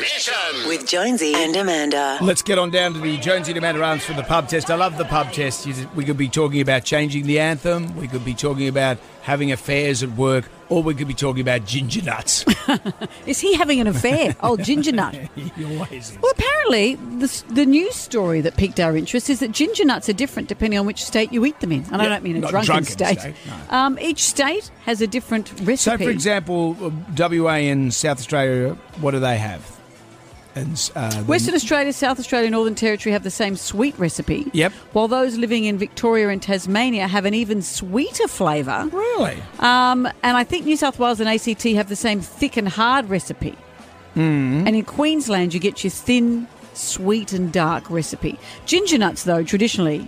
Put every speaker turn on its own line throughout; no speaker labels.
Mission.
with Jonesy and Amanda.
Let's get on down to the Jonesy Demand rounds for the pub test. I love the pub test. You- We could be talking about changing the anthem. We could be talking about having affairs at work, or we could be talking about ginger nuts.
Is he having an affair? Oh, ginger nut.
He always is.
Well, apparently, the, s- the news story that piqued our interest is that ginger nuts are different depending on which state you eat them in. And I
Yeah,
don't mean a
not
drunken,
drunken
state.
state,
um, each state has a different recipe.
So, for example, uh, WA and South Australia, what do they have? And uh, the-
Western Australia, South Australia, Northern Territory have the same sweet recipe.
Yep.
While those living in Victoria and Tasmania have an even sweeter flavour.
really,
Um, and I think New South Wales and ACT have the same thick and hard recipe.
Hmm.
Mm. And in Queensland, you get your thin, sweet, and dark recipe. Ginger nuts, though, traditionally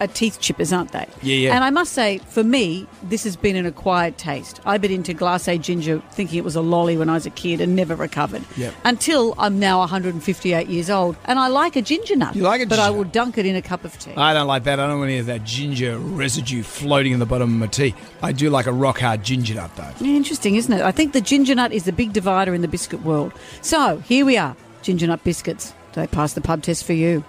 are teeth chippers, aren't they?
Yeah, yeah.
And I must say, for me, this has been an acquired taste. I bit into glacé ginger thinking it was a lolly when I was a kid and never recovered.
Yep.
Until I'm now 158 years old and I like a ginger nut.
You like a
But
ginger
I
nut?
will dunk it in a cup of tea.
I don't like that. I don't want any of that ginger residue floating in the bottom of my tea. I do like a rock hard ginger nut though.
Yeah, Interesting, isn't it? I think the ginger nut is the big divider in the biscuit world. So here we are, ginger nut biscuits. They pass the pub test for you.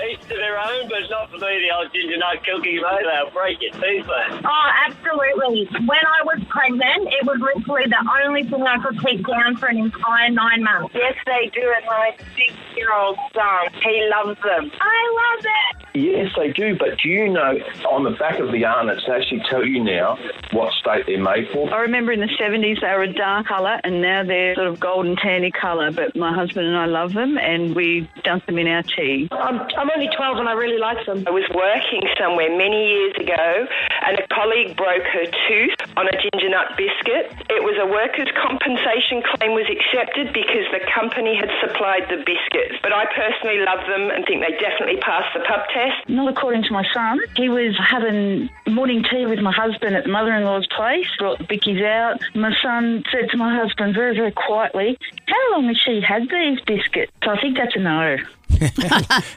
Each to their own, but not for me, the old ginger nut cookie, mate. They'll break your teeth, mate.
Oh, absolutely. When I was pregnant, it was literally the only thing I could keep down for an entire nine months.
Yes, they do. And my six-year-old son, he loves them.
I love it.
Yes, they do, but do you know on the back of the arnets, they actually tell you now what state they're made for?
I remember in the 70s they were a dark colour and now they're sort of golden tanny colour, but my husband and I love them and we dunk them in our tea.
I'm, I'm only 12 and I really like them. I was working somewhere many years ago and a colleague broke her tooth on a ginger nut biscuit. It was a workers' compensation claim was accepted because the company had supplied the biscuits. But I personally love them and think they definitely pass the pub test.
Not according to my son. He was having morning tea with my husband at the mother-in-law's place, brought the bickies out. My son said to my husband very, very quietly, how long has she had these biscuits? So I think that's a no.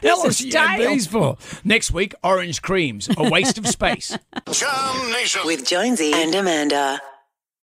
How long
is
she had
stale.
these for? Next week, orange creams, a waste of space.
Jam Nation.
With Jonesy and Amanda.